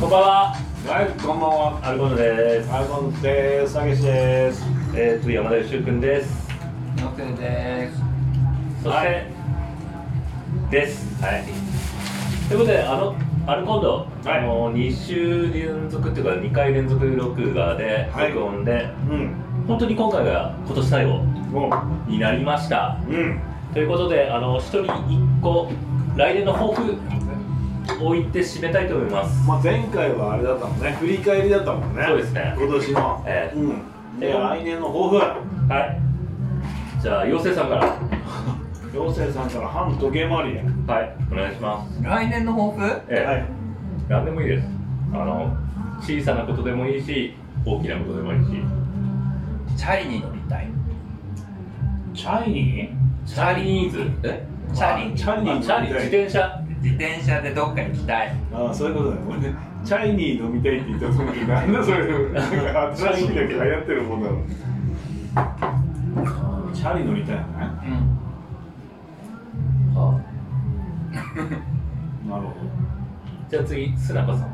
こんばんは、はい、こんばんは。アルコンドです。アイコンです。たけしです。えー、次山田由くんです。ノクです。そして、はいです。はい。ということで、あの、アルコンド、はいあの、二週連続っていうか、二回連続録画で、はい録音で、うん。本当に今回が今年最後もになりました。う。うん。ということで、あの、一人一個、来年の抱負を言って締めたいと思います。まあ、前回はあれだったもんね。振り返りだったもんね。そうですね今年の。ええうん。で、ええ来年の抱負。はい。じゃあ、妖精さんから。妖精さんから反時計回りへ。はい、お願いします。来年の抱負ええはい。何でもいいですあの小さなことでもいいし大きなことでもいいしチャリに乗りたい。チャイニーチャリーズえチャリチャリあーチャリ飲み自たい転車自転車でどっか行きたい。ああ、そういうことだよ。俺ね、チャイニー飲みたいって言った時に、なんだそれ。なんか新しいんだけど流行ってるもんだろう。チャリ乗りたいよね。うん。あなるほじゃあ次須中さん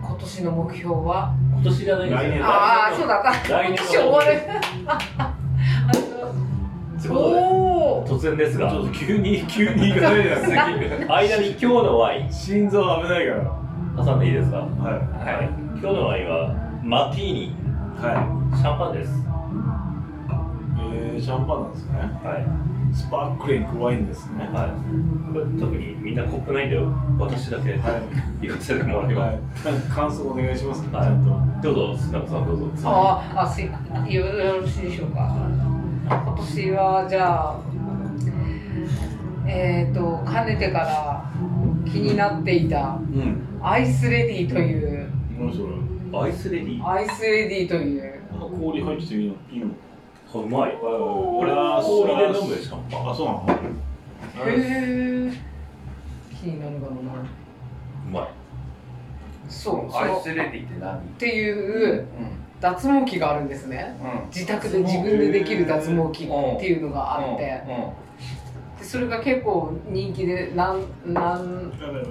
今年の目標は今年じゃないです来年ああ、そうだった。来年の終わる。というこおお。とで突然ですど。がちょっと急に、急に行かないで次 間に今日のワイン心臓危ないから。挟んでいいですかははい今日のワインはマティーニい。はい。シャンパンですえー、シャンパンなんですね。はいスパークリングワインですね。はいこれ特にみんなコップないんだよ私だけは言わせてもらいます、はい。感想お願いしますね。はいちゃんと。どうぞ須中さんどうぞあーあ、すいよよろしいでしょうか。今年はじゃあ、えっ、ー、とかねてから気になっていたうん。アイスレディという何それ。アイスレディーアイスレディというあ氷入ってていいの？いいの？あうまいここれ氷で飲むシャンパンあ、そうなの。へえ気になるかなうまいそうそアイのスレディって何っていう脱毛器があるんですねう自宅で自分でできる脱毛器っていうのがあんってでそれが結構人気で何何やばいや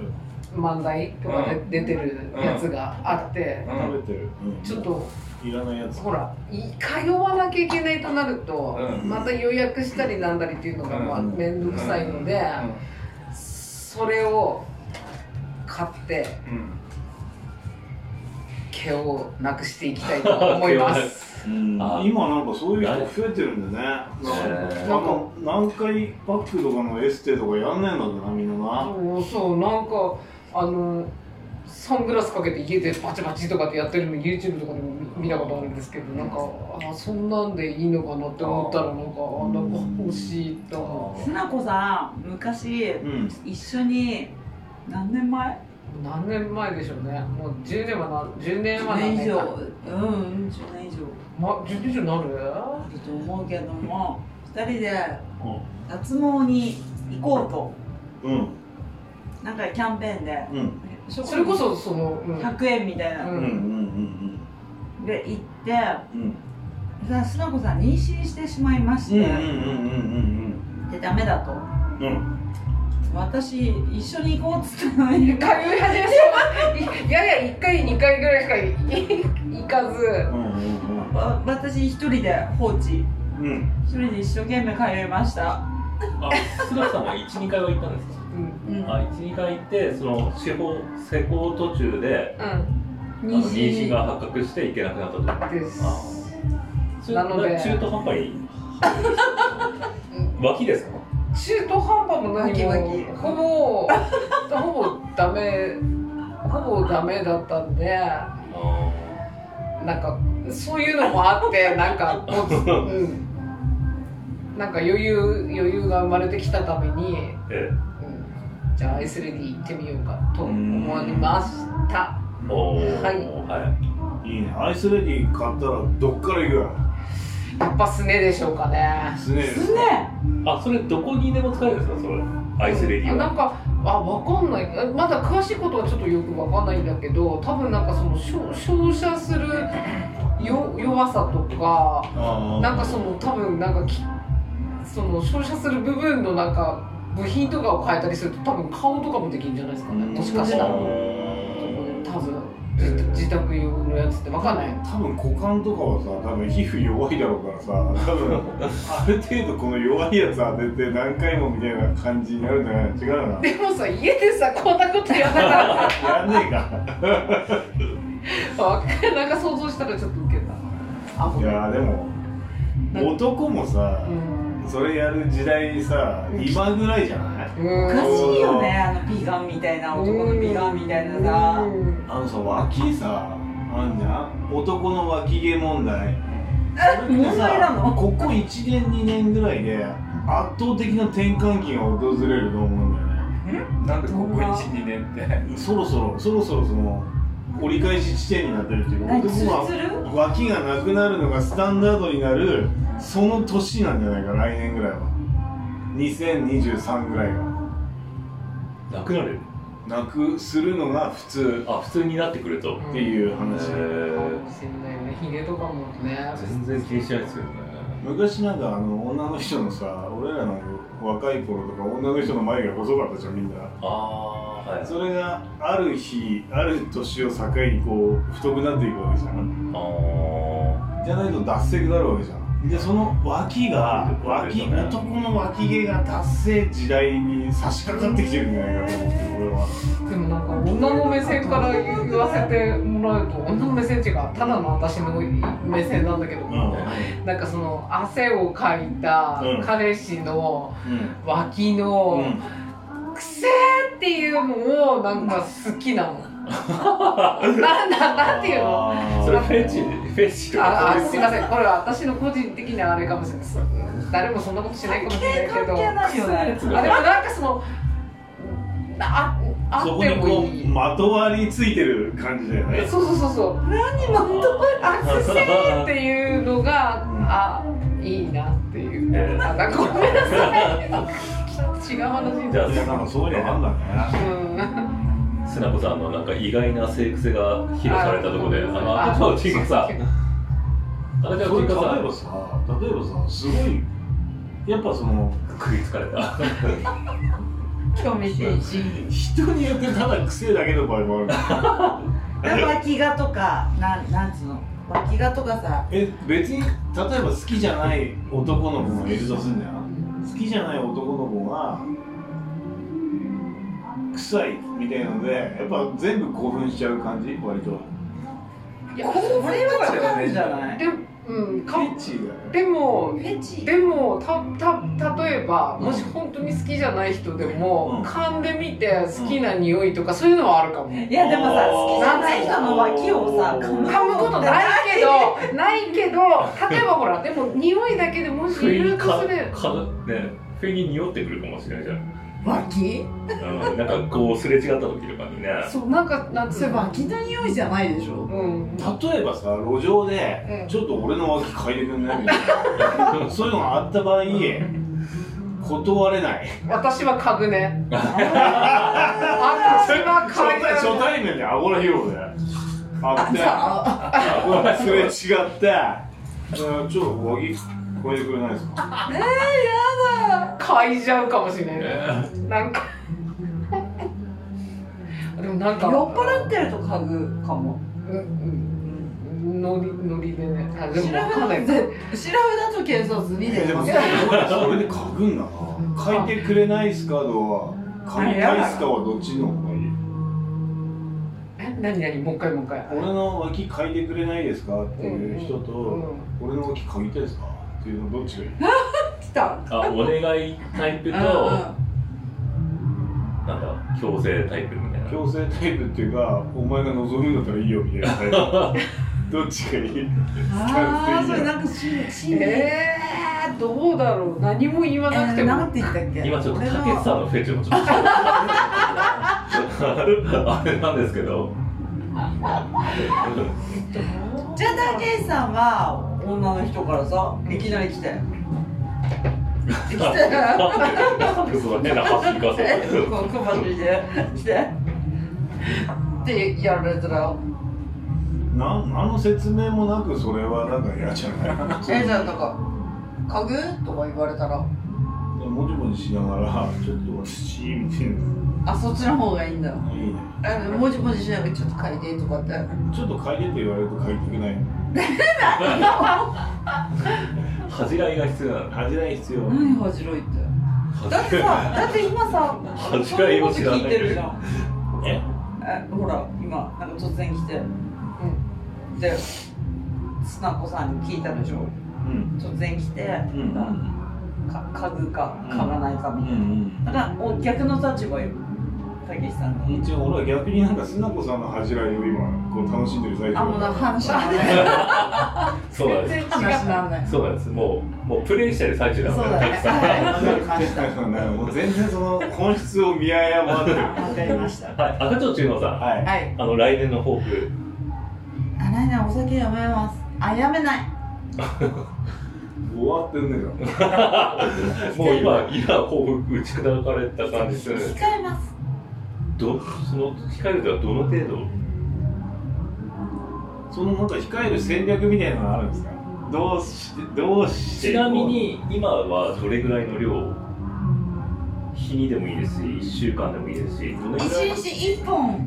万台とかうで出てるやつがあってうばいん食べてる。うんちょっ。といらないやつ。ほらい通わなきゃいけないとなるとうんまた予約したりなんだりっていうのがまあうん面倒くさいのでそれを買ってうん毛をなくしていきたいと思毛いまをなく す。うんあ今なんかそういう人増えてるんでね。なんかへーなんか何回パックとかのエステとかやんねえんだなみんなな。そうそうなんかあのサングラスかけて家でバチバチとかってやってるの YouTube とかでも見見たことあるんですけどなんかあそんなんでいいのかなって思ったらなんかあなんか欲しいと思すなこさん昔うん。一緒に何年前う何年前でしょうねもう10年はな10年は10何年以年上かうん10年以上ま10年以上なるあると思うけども2人でうん脱毛に行こうとうん。なんかキャンペーンでうん。それこそその、うん100円みたいなううのんうんうんで行ってうんうん。さすなこさん妊娠してしまいまして、うんうんうんうんでダメだとうんうんうん。私一緒に行こうっつったの通にい始めていやいや1回2回ぐらいしかい 行かずうんうんわ私一人で放置うんうん。一人で一生懸命通いました、あ、須田さんは1、2回は行ったんですかうんうんあ、1、2回行って、その施工、施工途中でうんあの妊娠が発覚して行けなくなったとあですーそれなので中途半端に脇ですか中途半端も何もバキバキほぼ ほぼダメほぼダメだったんでなんかそういうのもあってなんかもう、うん、なんか余裕余裕が生まれてきたために、えうん、じゃあアイスレディ行ってみようかと思いましたえおーはいはいいいね。アイスレディ買ったらどっから行くややっぱすねでしょうかねスネールすねあ、それどこにでも使えるんですかそれアイスレディあはなんかあわかんないあまだ詳しいことはちょっとよくわかんないんだけど多分なんかその照照射するよ弱さとかあーなんかその多分なんかきその照射する部分のなんか部品とかを変えたりすると多分顔とかもできるんじゃないですかねもしかしたらう多ん分自自宅用のやつってわかんない多分股間とかはさ多分皮膚弱いだろうからさ多分ある程度この弱いやつ当てて何回もみたいな感じになるんじゃない違うなでもさ家でさこんなことやらなかっやんねえか たわかんなんか想像したらちょっとウケたあほいんやでも男もさ、うんそれやる時代にさ今ぐらいじゃないおうかんしいよねあのビガンみたいな男のビガンみたいなさうんあのさ脇さあんじゃん男の脇毛問題問題なのここ1年2年ぐらいで圧倒的な転換期が訪れると思うんだよねなんでここ12年ってそろそろそろそろその折り返し地点になってるっていうか何男ツルツはル脇がなくなるのがスタンダードになるその年なんじゃないか来年ぐらいは2023ぐらいがなくなるなくするのが普通あ普通になってくるとっていう話、かもしれないねひげとかもね全然気にしないですよね昔なんかあの女の人のさ俺らの若い頃とか女の人の眉毛細かったじゃんみんなああーはいそれがある日ある年を境にこう太くなっていくわけじゃんあじゃないと脱石だろうわけじゃんでその脇が脇男の脇毛が達成時代に差し掛かってきてるんじゃないかと思って俺はでもなんか女の目線から言わせてもらうと女の目線っていうかただの私の目線なんだけど、なんかその汗をかいたうん彼氏のう脇んの「くせー」っていうのをなんか好き なの。なんだなんていうのあそれフェチフェチとあかあすいませんこれは私の個人的なあれかもしれないです誰もそんなことしないかもしれないけど関係ないよねくせーあでもなんかそのああそっこてにもこいいうまとわりついてる感じだよねそうそうそうそう何まとまりアクセっていうのがあいいなっていう、えーあなんかごめんなさい違う話にじなゃっあちゃうなんかそういうのあんだねうんすなこさんのなんか意外な性癖が披露されたところであのあ赤ちゃんをちんかさそ赤れちゃ例んえをちんかばさ例えばさすごいやっぱそのさ食いつかれた興味津々人によってただ癖だけの場合もある脇がとかなんなんつうの脇がとかさえ別に例えば好きじゃない男の子もいるとすんだよ好きじゃない男の子が臭いみたいなのでやっぱ全部興奮しちゃう感じ割といやこれは違うんじゃないでうんフかェチだよねでもフェチでもたた例えばうんもし本当に好きじゃない人でも、うん噛んでみて好きな匂いとかそういうのはあるかも、いやでもさ好きじゃない人の脇をさ噛む噛むことないけどないけど例えばほらでも匂いだけでもし不意いにるとかすれかね不意に匂ってくるかもしれないじゃん脇うんなんかこうすれ違った時とかにねそうなんかなんつそうれの脇の匂いじゃないでしょうん例えばさ路上で、うんちょっと俺の脇嗅いでくんないみたいなそういうのがあった場合断れない私は家具ね。私は初家対具。初対面であごら広場であってさこれすれ違って、うんちょっと上着超えてくれないですか。買いじゃうかもしれないね。ねなんか。 でもなん酔か。っ払ってると嗅ぐかもうんうん。ノリノリでね。あで調べもだわかんない。と調べだと検察に出ますそれで書くんだな。書いてくれないですかとは、書いたいですかはどっちの方がいい。え何何もう一回もう一回。俺の脇書いてくれないですかっていう人うんと、俺の脇書いたいですかっていうのどっちがいい。来たあお願いタイプとなんか強制タイプみたいな強制タイプっていうか、お前が望むんだったらいいよみたいなタイプ。どっちがいい。ああそれなんかしんしんでえーどうだろう。何も言わなくても。なんて言ったっけ今ちょっと俺たのけしさんのフェチもちょっとあれなんですけどじゃあたけしさんは女の人からさいきなり来てなん でなんでその変な発信かさえこうくばしで来てってやられたらなん、何の説明もなく、それはなんか嫌じゃない。えじゃあなんか家具とか言われたらもじもじしながらちょっと私みたいあそっちの方がいいんだなのいいねあのもじもじしながらちょっと書いてとかって ちょっと書いてって言われると書いてくれない恥じらいが必要なの恥じらい必要何恥じらいってだってさだって今さ恥じらいを知らないそういうこと聞いてるじゃんええほら今なんか突然来て、で砂子さんに聞いたでしょうん突然来て、うんか家具か家がないかうみたいな、んだからお逆の立場よたけしさんがうん一応俺は逆になんかすなこさんの恥じらいを今こう楽しんでる最中あもうな話なん ないそうなんです話なんないそうなんですもうもうプレイしてる最中だそうもんだねたくさんはいはいわかりましただからねもう全然その本質を見誤ってるわかりました赤ちょうちゅうのさん、はいはいあの来年の抱負あないないお酒やめますあやめない終わってんねんかもう今今抱負打ち砕かれた感じする控えますどその控えるとはどの程度らそのなんか控える戦略みたいなのあるんですかどうしてどうしてちなみに今はどれぐらいの量を日にでもいいですし1週間でもいいですしどのぐらい一日一本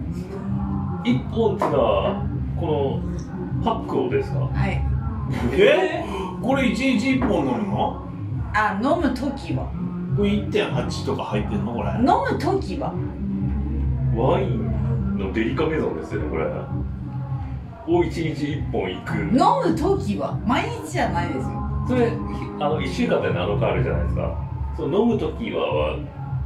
1本っていうのはこのパックをですかはいえこれ一日一本飲むのあ飲む時はこれ1.8とか入ってんのこれ飲む時はワインのデリカメゾンですよねこれを1日1本いく飲む時日は毎日じゃないですよそれあの1週間で7日あるじゃないですかその飲む時はは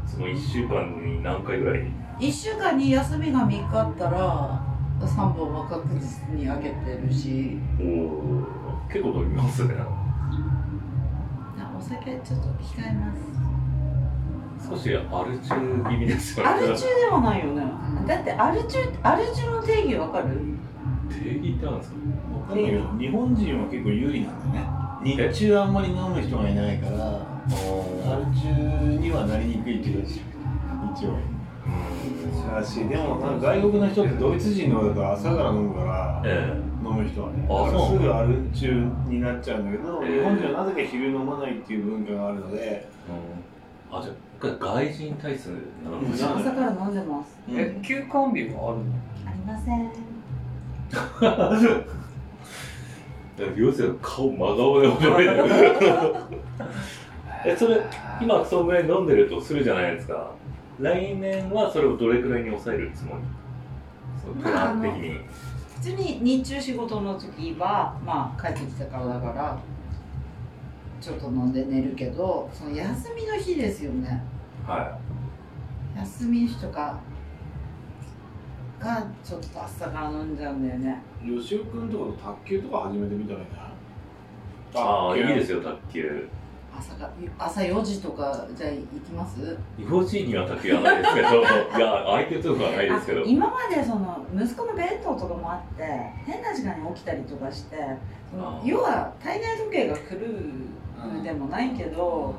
その1週間に何回ぐらい一週間に休みが3日あったら三本は確実にあげてるしおー結構飲みますねあお酒ちょっと控えます少しアルチュー気味ですよねアル中ではないよねだってアル中アル中の定義わかる定義ってあるんですかわかんないけど日本人は結構有利なんだね日中あんまり飲む人がいないからアル中にはなりにくいっていう一応しかしでもなんか外国の人ってドイツ人の方だと朝から飲むからええ飲む人はねあそうすぐアル中になっちゃうんだけどえー日本人はなぜか昼飲まないっていう文化があるのであじゃあ外人体質なのかうんな朝から飲んでますえ休館日はあるのありません 要するに顔真顔で覚えてる えそれ今そのぐらい飲んでるとするじゃないですか来年はそれをどれくらいに抑えるつもりそのプラン的に、普通に日中仕事の時はまあ帰ってきたからだからちょっと飲んで寝るけどその休みの日ですよねは休みの日とかがちょっと朝から飲んじゃうんだよね吉尾君とかと卓球とか始めてみたらいいなああいいですすよ卓球朝が朝4時とかじゃあ行きます違法人には卓球はないですけどいや相手とかはないですけどあ今までその息子の弁当とかもあって変な時間に起きたりとかしてそのあー要は体内時計が狂うでもないけど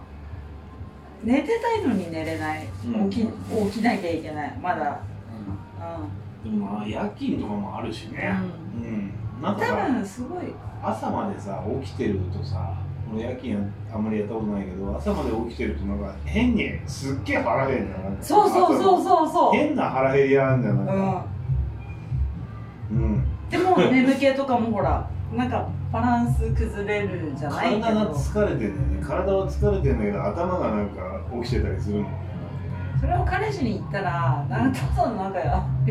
寝てたいのに寝れないうん起き起きなきゃいけないまだ、うでもまあ夜勤とかもあるしねうん、なんん、か多さ分すごい朝までさ起きてるとさ俺夜勤あんまりやったことないけど朝まで起きてるとなんか変にすっげえ腹減るんだなそうそうそううそうそう、変な腹減り屋なんだよなんかううんん、でも眠気とかもほらなんかバランス崩れるんじゃないけ体がど疲れてるんだよね体は疲れてるんだけど頭がなんか起きてたりするもんねそれを彼氏に言ったらなんかただのなんか酔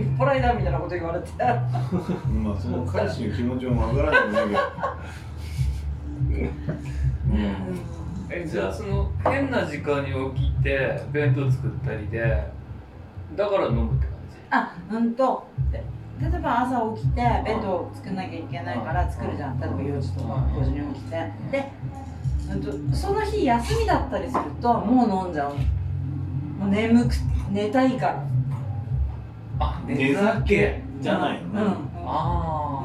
っ払いだみたいなこと言われてまあその彼氏の気持ちもわからないんだけ どうんえじじゃゃああその変な時間に起きて弁当作ったりでだから飲むって感じあうんとで例えば朝起きて弁当を作んなきゃいけないから作るじゃん例えば4時とか5時に起きてで、うん、とその日休みだったりするともう飲んじゃうもう眠く寝たいからあ寝酒じゃないのうん、ねあ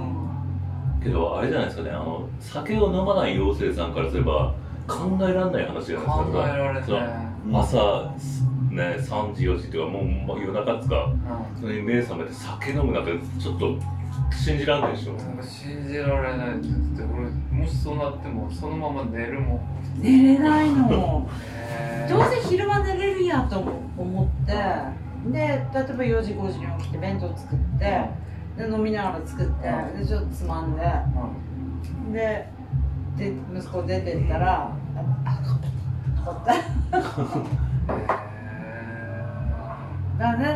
あけどあれじゃないですかねあの酒を飲まない妖精さんからすれば考えられない話じゃないですか考えられそのない、うん朝ね3時4時とかもうま夜中っつうかうんそれに目覚めて酒飲むなんてちょっと信じらんないでしょなんか信じられないって言ってて俺もしそうなってもそのまま寝るもん寝れないのねどうせ昼間寝れるやと思ってで例えば4時5時に起きて弁当作ってで飲みながら作ってでちょっとつまんででで息子出てったら「ああかった」だだだだ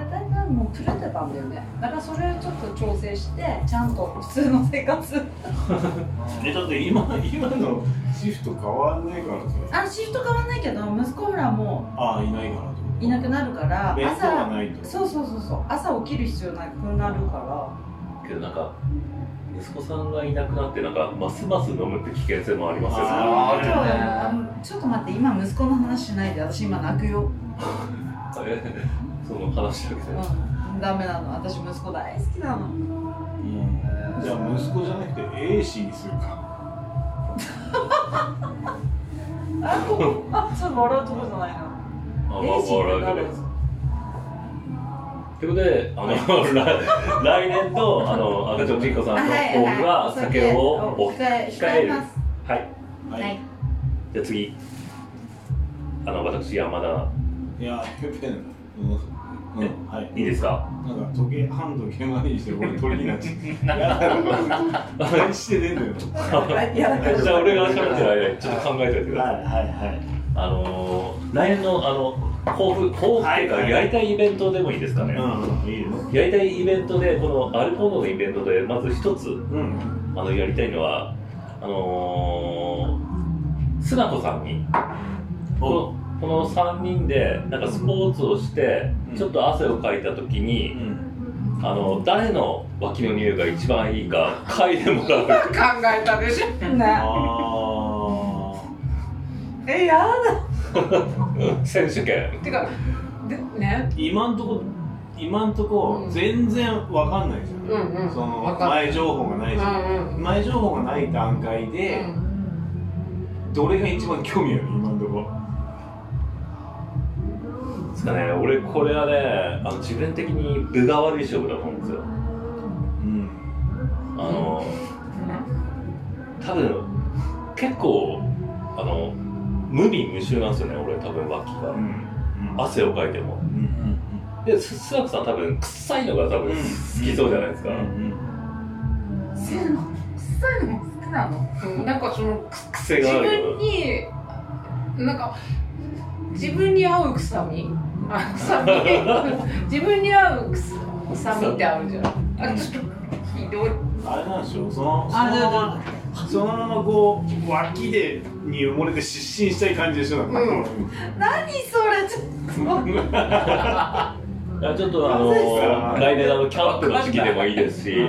もう狂ってたんだよねだからそれをちょっと調整してちゃんと普通の生活えだって今今のシフト変わんないからそれあシフト変わんないけど息子ほらもああいないからってこうといなくなるから弁当が朝ないとそうそうそうそう朝起きる必要なくなるからけどなんか息子さんがいなくなってなんかますます飲むって危険性もありますよねあーそうあるねあのちょっと待って今息子の話しないで私今泣くよ、えその話だけでうん、ダメなの私息子大好きなのうんじゃあ息子じゃなくて A 氏にするかあこあそれ笑うとこじゃないのあわレイジー笑ってうなるけどということであの 来来年とあの赤ちょんちんこさんあのはい抱負はいは酒をお控え控えるますはいははいじゃあ次あの私山田いやペペンうん、うん、はいいいですかなんか時計半時計回りにして俺鳥になっちゃうや だこれ何してねえんだよいやだけ どじゃあ俺が喋ってる間にちょっと考えておいてください、はいあのー来年のあの抱負抱負っていうかはいはいやりたいイベントでもいいですかね、はいうんいいですやりたいイベントでこのアルコードのイベントでまず一つうんあのやりたいのはあのー、スナコさんにこのこの3人でなんかスポーツをしてうんちょっと汗をかいた時うに、んあの誰の脇の匂いが一番いいか嗅いでもらう考えたでしょねあえやだ選手権てかでねー今んとこ今んとこうん全然わかんないじゃん、うんうんそのわかんな前情報がなういんじゃん、うん前情報がない段階で、どれが一番興味ある今んとこですかね俺これはねあの自分的に分が悪い勝負だと思うんですようんあの多分結構あの無味無臭なんですよね俺多分脇うがん汗をかいてもうんうんでススナクさん多分臭いのが多分うん好きそうじゃないですか、うんそういうの臭いの好きなのうんなんかその癖自がある分になんか自分に合う臭みあ臭み 自分に合う臭臭みってあるじゃんあちょっとひどいあれなんでしょうそのそあのれまだまそのままこう脇でに埋もれて失神したい感じでしょなんか、うん何それちょっあちょっとあのそうです来年あのキャンプの時期でもいいですしう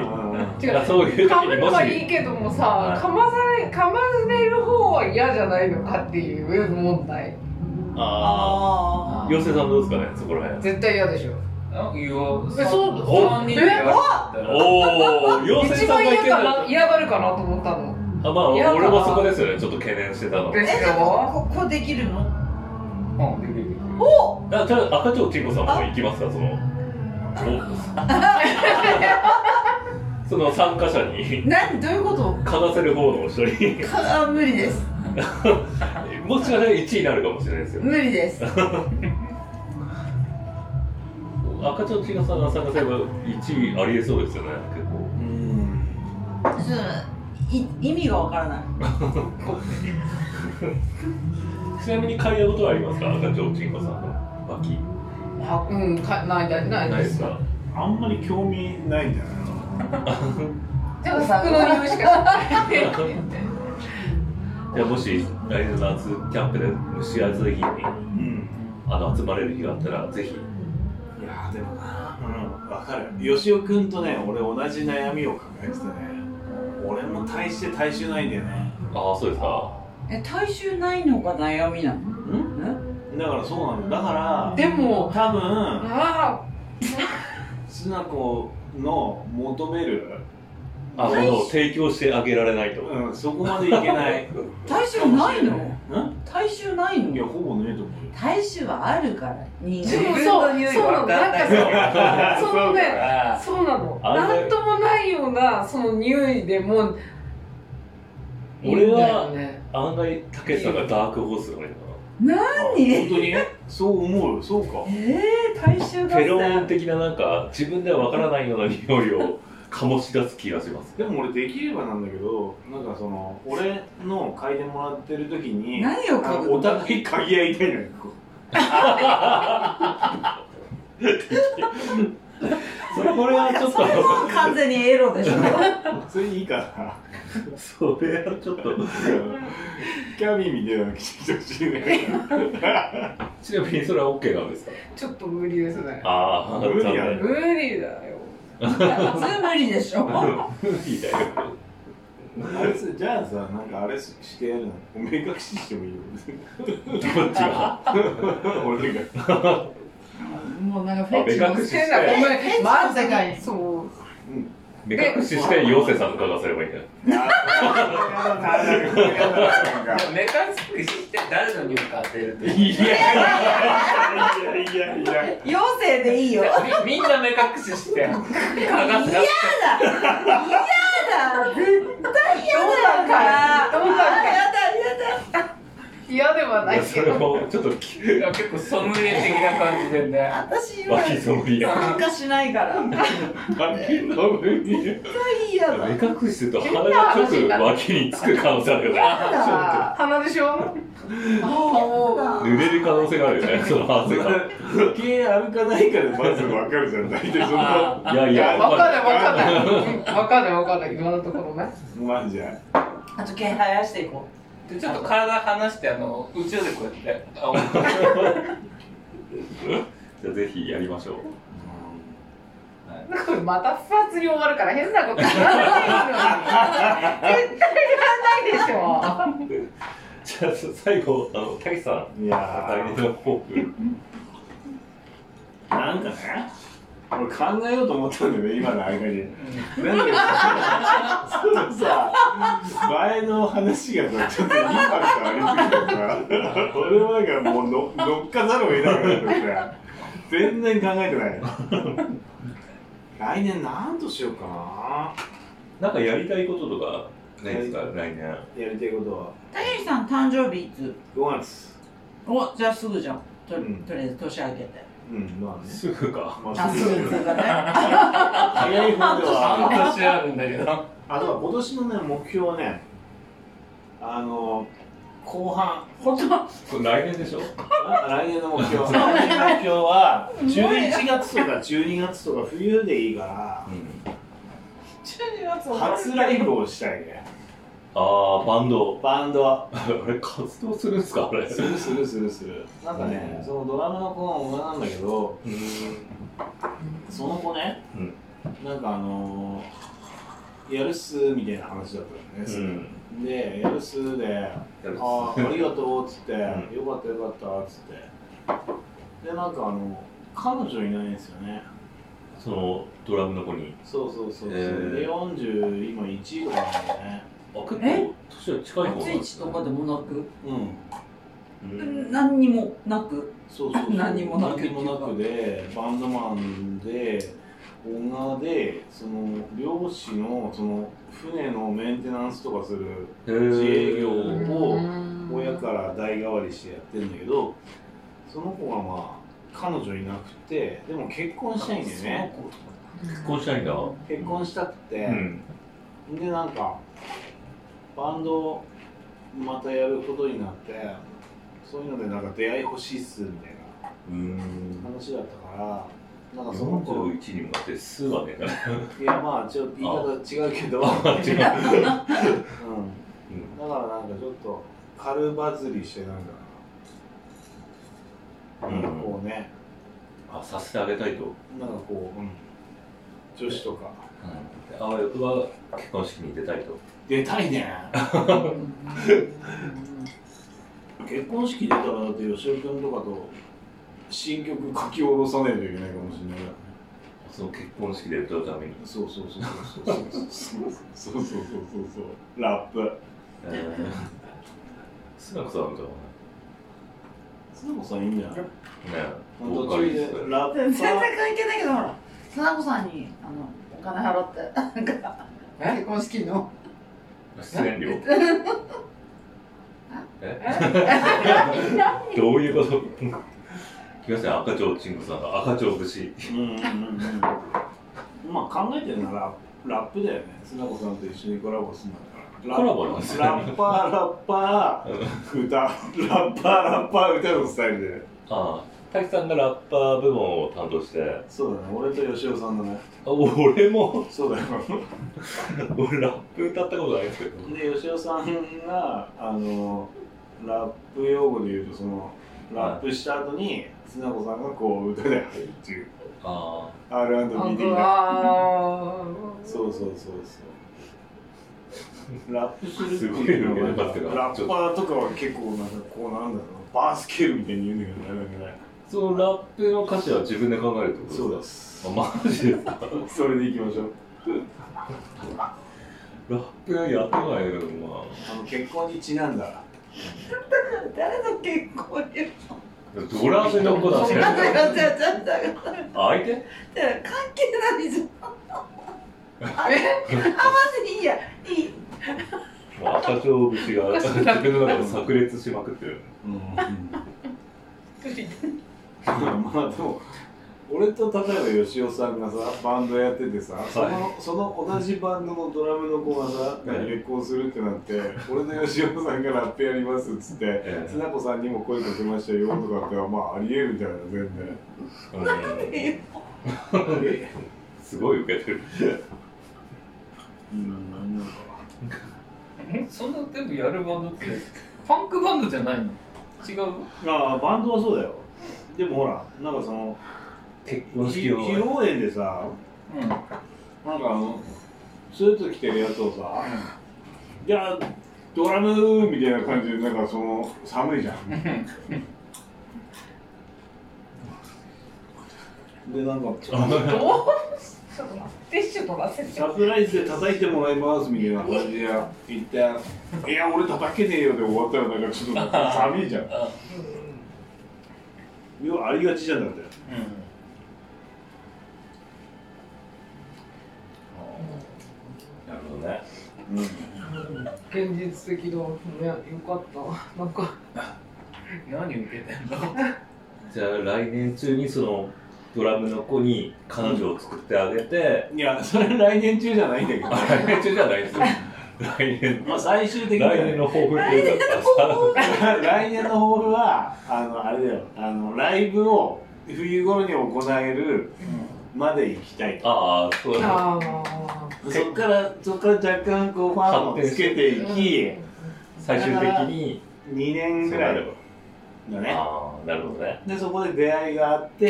違うあそういう時噛むにのもはいいしけどもはさい噛まされ噛まれる方は嫌じゃないのかっていう問題とあああ妖精さんどうですかねそこら辺絶対嫌でしょあいやえそう3人でやったらおお妖精一さん番がい嫌けなかいな嫌がるかなと思ったのあまあ嫌だ俺もそこですよねちょっと懸念してたのでえしでもょここできるのうんできるできるあじゃあ赤ちょうちんこさんも行きますかそ のおその参加者に何どういうこと嗅がせる方のお一人かあ無理ですもしかしたら1位になるかもしれないですよ無理です赤ちょうちんこさんが参加すれば1位ありえそうですよね結構んちょっとい意味がわからないちなみに嗅いだことはありますか赤ちょうちんこさんの脇あうんかないだないないでですす かあんまり興味ないんじゃないじゃあ服の理由しかな いじゃあもし来年の夏キャンプで蒸し暑い日にうんあの集まれる日があったらぜひいやーでもなうんわかるよしおくんとね俺同じ悩みを抱えてたね俺も大して大衆ないんだよねああそうですかえ体臭ないのが悩みなのんえだからそうなんだだからでも多分あスナコの求めるあものを提供してあげられないと。うん、そこまでいけ ない。体臭ないのうん体臭ないいや、のほぼねえと思うよ。体臭はあるから人自間分自分のの匂匂いいがが分か分んんなないいそ うそうそうねあそうなのあれなんともないようなその匂いでもう俺いいんだよはね案外たけしさんがダークホースのよ何本当にそう思うよ。そうか。えー、体臭う合な。フェロモン戦的ななんか自分ではわからないような匂いを醸し出す気がし ます。でも俺、できればなんだけど、なんかその、俺の嗅いでもらってる時に、何をあ嗅のおぐの互い嗅ぎ合いたいのよ。こうそれこれはちょっそれともう完全にエロでしょそれいいかそれはちょっと。な キャビンみたいなの着てきてほしいね ちなみにそれは OK なんですかちょっと無理ですねああ、無理や残念無理だよ普通無理でしょ無理だよ。あれじゃあさなんかあれしてやるのお目隠ししてもいいよどっちが俺がもうなんかフェチあの目隠し変なごえめ変んなマジ世界にそう目隠しして妖精さんとかがすればいいんだよ。 あ目隠しして誰の匂いか当てるといういや、いやいやい妖精でいいよやみみんな目隠しして鏡出してだやだ絶対やだよなどうなんかいどうなんかいやだやだ嫌ではないそけれどもちょっといや結構ソムリエ的な感じでね私は脇ぞりや。参加しないから絶対嫌だ目や隠してると鼻がちょっと脇につく可能性あるよね。だ鼻でしょあ濡れる可能性があるよね、その汗が。時計あるかないかでまず分かるじゃん大体そのいやいや、わかんないわわかんないうんわかんないわかんない今のところねまあじゃあと毛生やしていこでちょっと体離してあの宇宙でこうやってあじゃあぜひやりましょう。これまた不発に終わるから変なこと言わないのに絶対言わないでしょじゃあ最後、あの、たけしさん、いや来年の抱負。なんかね俺考えようと思ったんだよね今の間になんだけどそのさ前の話がさちょっとインパクトありすぎてさ俺はなんかもうの乗っかざるを得なくなってさ全然考えてない来年何としようかなんかやりたいこととか、ないですか、来年。なやりたいことはうたけしさん誕生日いつ5月おじゃあすぐじゃんと,、うんとりあえず年明けてうんまあねすぐか。まあすぐっていうかね早い方では半年あるんだけどあとは今年のね目標はねあの後半ほとんどこれ来年でしょあ来年の目標来年の目標は11月とか12月とか冬でいいかうん。 12月ら初ライブをしたいねああ、バンド。バンドはあれ、活動するんすか、あれ。するするするするなんかねそのドラムの子は女なんだけどその子ね、なんかあのーやるっすみたいな話だったんうだよね、ん。でやるっすでやるっすあーありがとうっつって、んよかったよかったっつってでなんかあの彼女いないんですよねその、ドラムの子に。そうそうそうそう、えーで40今1位とかなんだよねあ、結構、え年は近い方初一とかでもなく、うんうん。何にもなくそうそうそう 何もなく何もなくでバンドマンでオーナーでその漁師のその船のメンテナンスとかするへ自営業ーを親から代替わりしてやってんだけどその子がまあ彼女いなくてでも結婚したいんだよね結婚したいんだ。結婚したくて、うん。でなんかバンドまたやることになってそういうのでなんか出会い欲しいっすみたいなうん。話だったからなんかその子41に向かって数はねえな。いやまあちょっと言い方違うけど、うん、だか違う。らなんかちょっと軽バズりしてなんか、うんなんかこうねあ、させてあげたいと。うんなんかこう、うん女子とかあわよくは結婚式に出たいと。出たいね結婚式出たらだって吉尾君とかと新曲書き下ろさないといけないかもしれないからねその結婚式で歌うために、そうそうそうそうそうそうそうそうそうそうそうラップえー、スナコさんとその子さんいいんじゃないねボー途カリ中スでトラッパ全然ー関係ないけどほら佐な子さんにあのお金払ってなんかえ結婚式の出演料 何どういうこと来ましたね赤ちょうちんこさんが赤ちょう節うんうんうんまあ考えてるならラップだよねその子さんと一緒にコラボするんだからコラボなんですねラッパーラッパー歌ラッパーラッパー歌のスタイルでああ滝さんがラッパー部門を担当してそうだね俺と吉尾さんだねあ俺もそうだよ俺ラップ歌ったことないんですけどで吉尾さんがあのラップ用語で言うとそのラップした後に須な子さんがこう歌で入るっていうあ R&B 的なあそうそうそうそうラップするっていうのすごい受けなかっはたからラッパーとかは結構なんかこうなんだろうバースケールみたいに言うんだけどねなんかねあそのラップの歌詞は自分で考えるってことですかすあマジですかそれでいきましょうラップやってないけどまあの結婚にちなんだ誰と結婚にあドラムのことは違違うう違う違う違うあ相手関係ないじゃん。あれ、あ、まずいいや、いい。もう赤ちょう節が自分の中で炸裂しまくってるうん、まあでも俺と例えば吉尾さんがさバンドやっててさ、そのその同じバンドのドラムの子がさはい結婚するってなって俺と吉尾さんがラップやりますっつって、ええつなこさんにも声かけましたよとかってまあありえるみたいな全然うんすごい受けてるうんなんかそんな全部やるバンドってパンクバンドじゃないの違うああバンドはそうだよでもほらなんかその結ひ披露宴でさうんなんかあのスーツ着てるやつをさ「じゃあドラム!」みたいな感じでなんかその寒いじゃんでなんかちょっと待ってティッシュ取らせて サプライズで叩いてもらいますみたいな感じで言って「いや俺叩けねえよ」で終わったらなんかちょっとなんか寒いじゃん要はありがちじゃんだってなるほどね現実的だねよかったなんかうん何受けてんのじゃあ来年中にそのドラムの子に彼女を作ってあげて、いやそれ来年中じゃないんだけどあ来年中じゃないですよ来年まあ最終的には来ね年の抱負っていうか 来年の抱負はあのあれだよあのライブを冬頃に行えるまで行きたいとああそうだああそっからそっから若干こうファンをつけていき最終的に2年ぐらいだねああなるほどね、でそこで出会いがあって、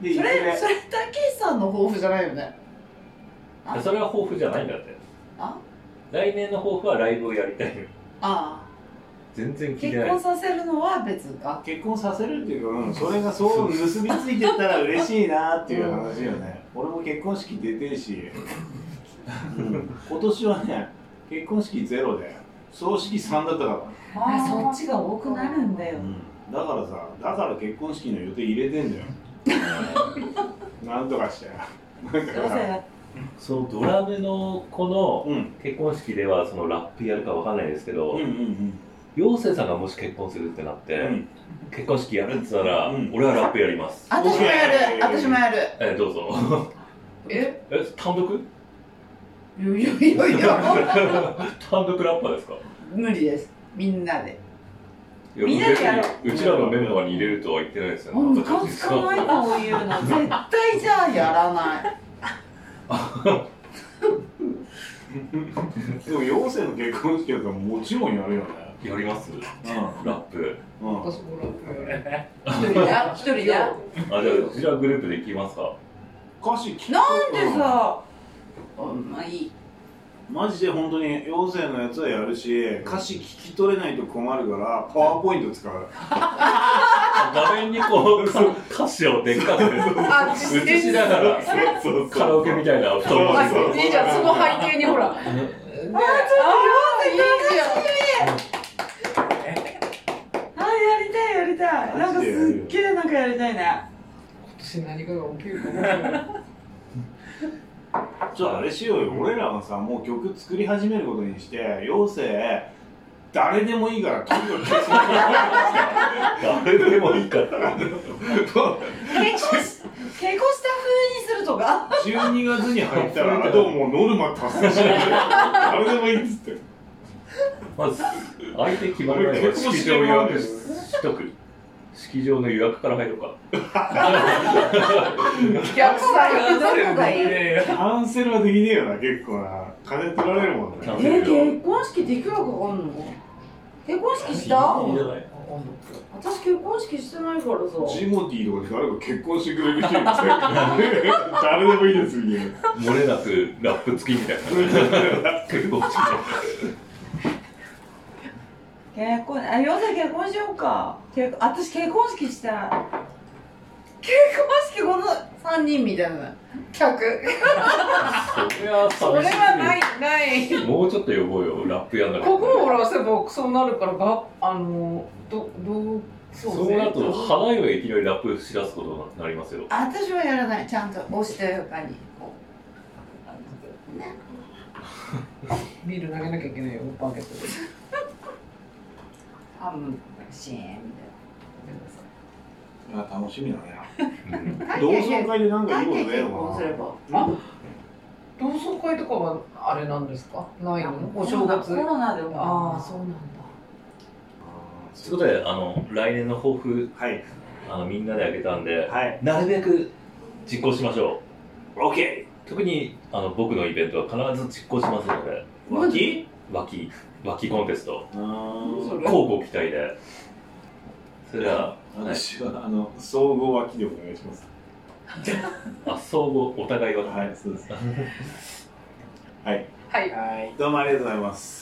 でいずそれれそれたけしさんの抱負じゃないよねうん、それは抱負じゃないんだってあ来年の抱負はライブをやりたいあ全あ然聞いて結ない婚させるのは別か結婚させるっていうか、うん、それがそう結びついてったら嬉しいなっていう話よね、俺も結婚式出てるし、うん今年はね結婚式ゼロで葬式3だったからあ、そっちが多くなるんだよ。だからさだから結婚式の予定入れてん だよなんとかしてなんどうかさせ、そのドラムの子のうん結婚式ではそのラップやるかわかんないですけど、うんうん妖精さんがもし結婚するってなって、うん結婚式やるって言ったら、うん俺はラップやります私もやる私もやるえどうぞええ単独よいよいよいよ 単独ラッパーですか無理ですみんなでいやみんなでやろう別にうちらのメンバーに入れるとは言ってないですようんねムカつかないこういうの。絶対じゃあやらないでも妖精の結婚式だったらもちろんやるよねやりますラップうん、うん、私もラ一ップやる人や一人やあじゃあうちらグループで行きますか歌詞聞くなんでさ、うんまあいいマジで本当に妖精のやつはやるし歌詞聞き取れないと困るからパワーポイント使う画面にこう、か歌詞をでっかくあ実映し践ながら、 そうそうカラオケみたいな音を。そうあいいじゃんその背景にほらねあーいいじゃんあやりたいやりたいなんかすっげえなんかやりたいね今年何かが起きるかもしれないじゃああれしようよ俺らがさもう曲作り始めることにして妖精誰でもいいからとにかく曲 誰でもいいから。作る結婚し結婚した風にするとか12月に入った らあともうノルマ達成しない誰でもいいっつってまず、相手決まる前に式場予約しとく。式場の予約から入ろうか。 逆サイドどこがいいねキャンセルはできねえよな結構な金取られるもんキャねンえセル料。結婚式っていくらかかんの結婚式したいいんじゃない私結婚式してないからさジモティーとかで誰か結婚してくれる人いるんですよ誰でもいいですみたいな漏れなくラップ付きみたいな。結構好きだ結婚あ陽さん結婚しようか結私結婚式したい結婚式この3人みたいな客それはそ寂れしはないないい。 もうちょっと呼ぼうよ、ラップやんだから。ここをほらせばそうなるからがあのどどうそそううなると、花よいきなりラップし出すことになりますよ。私はやらないちゃんとおしとやかにこビール投げなきゃいけないよバケットでうハムシーンみたあ楽しみだねうんいな同窓会でなんかいいこと大ね体え結婚のすかなれば同窓会とかはあれなんですかないのお正月コロナでああもそうなんだということで、あの、来年の抱負、はいあの、みんなであげたんで、はいなるべく実行しましょ OK う。特に、あの、僕のイベントは必ず実行しますので、脇脇、脇コンテスト、うん乞うご期待で。それでは、はい私はあの総合脇でお願いしますあ、総合、お互いは。はいそうですはいはいはいどうもありがとうございます